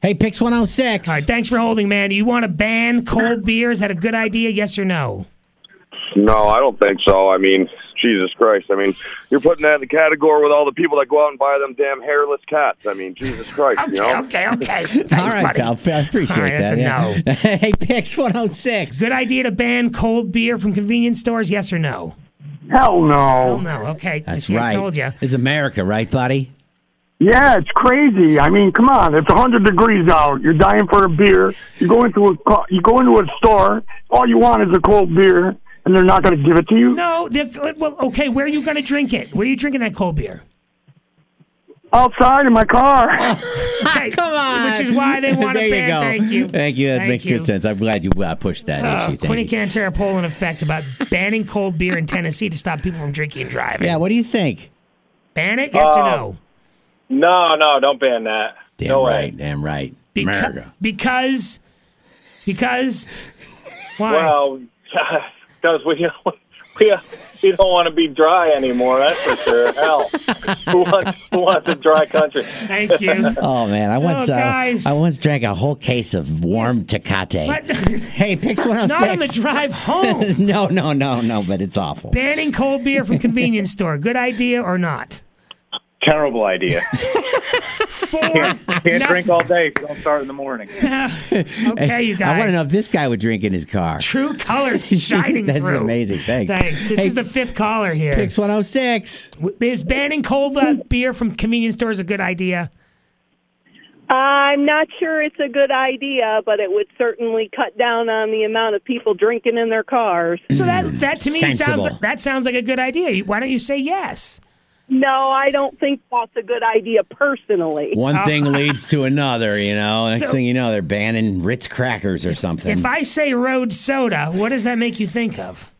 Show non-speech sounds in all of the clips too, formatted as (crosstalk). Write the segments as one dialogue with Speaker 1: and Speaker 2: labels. Speaker 1: Hey, Pix 106.
Speaker 2: All right, thanks for holding, man. You want to ban cold beer? Is that a good idea? Yes or no?
Speaker 3: No, I don't think so. I mean, Jesus Christ. I mean, you're putting that in the category with all the people that go out and buy them damn hairless cats. I mean, Jesus Christ.
Speaker 2: Okay,
Speaker 3: you know?
Speaker 2: okay, okay.
Speaker 1: (laughs)
Speaker 2: Thanks,
Speaker 1: All right,
Speaker 2: buddy.
Speaker 1: pal. I appreciate
Speaker 2: All right, that's
Speaker 1: that.
Speaker 2: a
Speaker 1: yeah. (laughs)
Speaker 2: no.
Speaker 1: hey, Pix 106.
Speaker 2: Good idea to ban cold beer from convenience stores? Yes or no?
Speaker 4: Hell
Speaker 2: Oh,
Speaker 4: no.
Speaker 2: no. Okay.
Speaker 1: That's
Speaker 2: See,
Speaker 1: right.
Speaker 2: I told you.
Speaker 1: This is America, right, buddy?
Speaker 4: Yeah, it's crazy. I mean, come on. It's 100 degrees out. You're dying for a beer. You go into a co- you go into a store. All you want is a cold beer, and they're not going to give it to you.
Speaker 2: No. the- Well, okay. Where are you going to drink it? Where are you drinking that cold beer?
Speaker 4: Outside in my car.
Speaker 2: Okay,
Speaker 1: Ah, Come on.
Speaker 2: Which is
Speaker 1: (laughs)
Speaker 2: why they want
Speaker 1: there
Speaker 2: to ban.
Speaker 1: You go.
Speaker 2: Thank you.
Speaker 1: Thank you. That
Speaker 2: Thank
Speaker 1: makes
Speaker 2: you.
Speaker 1: good sense. I'm glad you uh, pushed that
Speaker 2: Uh,
Speaker 1: issue. Thank
Speaker 2: Quinny
Speaker 1: you.
Speaker 2: Cantera poll in effect about banning cold
Speaker 1: (laughs)
Speaker 2: beer in Tennessee to stop people from drinking and driving.
Speaker 1: Yeah, Oh. what do you think?
Speaker 2: Ban it? Yes or no?
Speaker 5: No, no, don't ban that.
Speaker 1: Damn
Speaker 5: no way.
Speaker 1: right. Damn right.
Speaker 2: Beca-
Speaker 1: America.
Speaker 2: Because. Because. Why?
Speaker 5: Well, (laughs) because we (laughs) we we don't want to be dry anymore. That's for
Speaker 1: (laughs)
Speaker 5: sure. Hell, who wants who wants a dry country?
Speaker 2: Thank you.
Speaker 1: Oh man, I once
Speaker 2: Oh,
Speaker 1: uh,
Speaker 2: guys.
Speaker 1: I once drank a whole case of warm Tecate.
Speaker 2: What? (laughs)
Speaker 1: (laughs) Hey, Pix 106.
Speaker 2: Not on the drive
Speaker 1: (laughs)
Speaker 2: home.
Speaker 1: no, no, no, no, but it's awful.
Speaker 2: Banning cold beer from convenience store. Good idea or not?
Speaker 5: Terrible idea.
Speaker 1: (laughs)
Speaker 2: Four.
Speaker 5: Can't drink all day if you don't start in the morning.
Speaker 2: okay, you
Speaker 1: (laughs)
Speaker 2: guys.
Speaker 1: I want to know if this guy would drink in his car.
Speaker 2: True colors
Speaker 1: (laughs)
Speaker 2: shining
Speaker 1: That's
Speaker 2: through.
Speaker 1: amazing. Thanks.
Speaker 2: Thanks. This
Speaker 1: Hey,
Speaker 2: is the fifth caller here.
Speaker 1: Pix 106.
Speaker 2: Is banning cold uh, beer from convenience stores a good idea?
Speaker 6: (laughs) I'm not sure it's a good idea, but it would certainly cut down on the amount of people drinking in their cars.
Speaker 2: So that that to me sounds
Speaker 1: Mm. sensible.
Speaker 2: like, that sounds like a good idea. You- Why don't you say yes?
Speaker 6: No, I don't think that's a good idea personally.
Speaker 1: One thing leads to another, you know. Next
Speaker 2: Uh, So-
Speaker 1: thing you know, they're banning Ritz crackers or something.
Speaker 2: If I say road soda, what does that make you think of?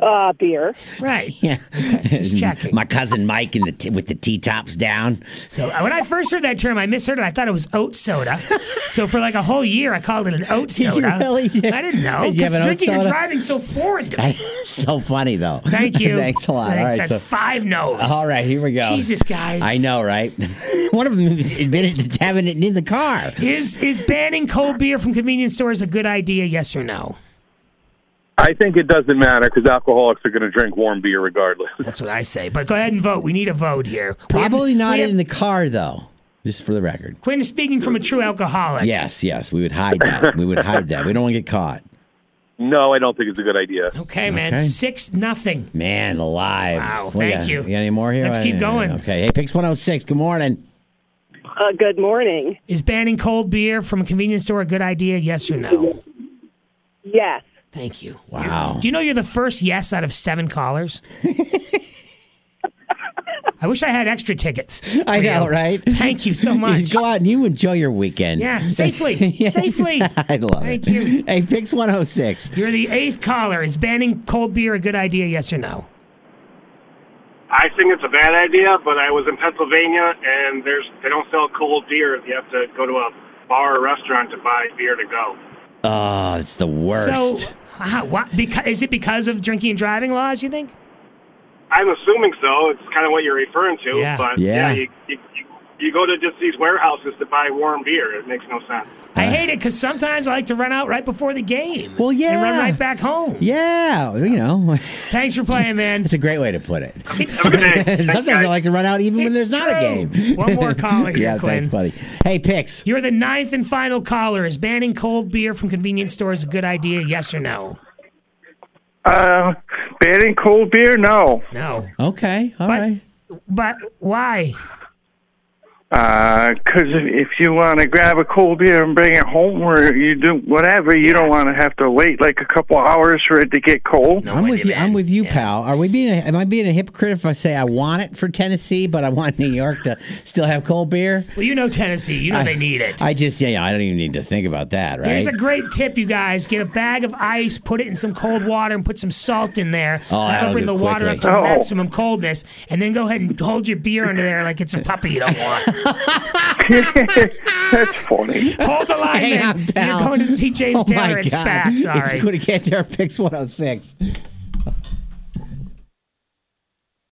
Speaker 6: Uh, beer.
Speaker 2: Right.
Speaker 1: (laughs) yeah,
Speaker 2: just checking.
Speaker 1: My cousin Mike in the t- with the t tops down. (laughs)
Speaker 2: So uh, when I first heard that term, I misheard it. I thought it was oat soda. so for like a whole year, I called it an oat
Speaker 1: you
Speaker 2: soda.
Speaker 1: really?
Speaker 2: I didn't know
Speaker 1: Did you have
Speaker 2: because
Speaker 1: an oat
Speaker 2: drinking and
Speaker 1: soda?
Speaker 2: driving so foreign to me.
Speaker 1: so funny though.
Speaker 2: Thank
Speaker 1: (laughs)
Speaker 2: you.
Speaker 1: Thanks a lot. All
Speaker 2: Thanks.
Speaker 1: right,
Speaker 2: That's
Speaker 1: so-
Speaker 2: five no's.
Speaker 1: All right, here we go.
Speaker 2: Jesus, guys.
Speaker 1: I know, right? (laughs) One of them admitted to having it in the
Speaker 2: (laughs)
Speaker 1: car.
Speaker 2: Is is banning cold beer from convenience stores a good idea? Yes or no?
Speaker 3: I think it doesn't matter because alcoholics are going to drink warm beer regardless. (laughs)
Speaker 2: That's what I say. But go ahead and vote. We need a vote here. We have-
Speaker 1: Probably not
Speaker 2: we have-
Speaker 1: in the car though. Just for the record.
Speaker 2: Quinn is speaking from a true alcoholic.
Speaker 1: Yes, yes, we would hide that. We would hide that. We don't want to get caught.
Speaker 3: No, I don't think it's a good idea.
Speaker 2: Okay, man.
Speaker 1: Okay.
Speaker 2: Six nothing.
Speaker 1: Man, alive.
Speaker 2: Wow,
Speaker 1: What do
Speaker 2: thank
Speaker 1: got?
Speaker 2: you.
Speaker 1: got any more here?
Speaker 2: Let's keep going.
Speaker 1: Okay. Hey, Pix 106. Good morning.
Speaker 6: Uh, good morning.
Speaker 2: Is banning cold beer from a convenience store a good idea? Yes or no?
Speaker 6: Yes.
Speaker 2: Thank you.
Speaker 1: Wow.
Speaker 2: Do you know you're the first yes out of seven callers? I wish I had extra tickets.
Speaker 1: I
Speaker 2: for
Speaker 1: know,
Speaker 2: you.
Speaker 1: right?
Speaker 2: Thank
Speaker 1: (laughs)
Speaker 2: you so much.
Speaker 1: Go out and you enjoy your weekend. (laughs)
Speaker 2: Yeah, safely.
Speaker 1: Yeah. (laughs)
Speaker 2: Safely.
Speaker 1: I love
Speaker 2: Thank
Speaker 1: it.
Speaker 2: you.
Speaker 1: Hey, Pix 106.
Speaker 2: You're the eighth caller. Is banning cold beer a good idea? Yes or no?
Speaker 4: I think it's a bad idea, but I was in Pennsylvania, and there's they don't sell cold beer. You have to go to a bar or restaurant to buy beer to go.
Speaker 1: Oh, it's the worst.
Speaker 2: So, wow, what, because, is it because of drinking and driving laws? You think?
Speaker 4: I'm assuming so. It's kind of what you're referring to,
Speaker 2: Yeah.
Speaker 4: but
Speaker 1: Yeah.
Speaker 4: yeah, you, you, you- you go to just these warehouses to buy warm beer. It makes no sense.
Speaker 2: I hate it because sometimes I like to run out right before the game.
Speaker 1: Well,
Speaker 2: and
Speaker 1: yeah.
Speaker 2: run right back home.
Speaker 1: yeah, you know, (laughs)
Speaker 2: Thanks for playing, man.
Speaker 1: it's a great way to put it.
Speaker 2: It's
Speaker 1: (laughs) Sometimes I like to run out even when there's
Speaker 2: It's
Speaker 1: not a
Speaker 2: true.
Speaker 1: game. (laughs)
Speaker 2: One more caller here,
Speaker 1: yeah,
Speaker 2: Quinn.
Speaker 1: thanks, buddy. Hey, Pix.
Speaker 2: You're the ninth and final caller. Is banning cold beer from convenience stores a good idea? Yes or no?
Speaker 4: Uh, banning cold beer? No.
Speaker 2: No.
Speaker 1: Okay, all
Speaker 2: But-
Speaker 1: right.
Speaker 2: But why?
Speaker 4: Because Uh, if, if you want to grab a cold beer and bring it home, or you do whatever, you don't want to have to wait like a couple hours for it to get cold.
Speaker 1: I'm with you. I'm with you, pal. Are we being? A, am I being a hypocrite if I say I want it for Tennessee, but I want New York to still have cold beer?
Speaker 2: Well, you know Tennessee. You know
Speaker 1: I-
Speaker 2: they need it.
Speaker 1: I just yeah, yeah, I don't even need to think about that, right?
Speaker 2: Here's a great tip, you guys. Get a bag of ice, put it in some cold water, and put some salt in there.
Speaker 1: Oh, that'll
Speaker 2: bring the
Speaker 1: do
Speaker 2: water up to
Speaker 1: quickly. Oh.
Speaker 2: maximum coldness, and then go ahead and hold your beer under there like it's a puppy you don't
Speaker 1: (laughs)
Speaker 2: want.
Speaker 4: That's funny.
Speaker 2: Hold the line,
Speaker 1: Hang
Speaker 2: man.
Speaker 1: on, pal. (laughs)
Speaker 2: You're going to see James
Speaker 1: Oh my (laughs)
Speaker 2: Taylor at
Speaker 1: God.
Speaker 2: SPAC. Sorry.
Speaker 1: oh It's going to get there. Pix 106.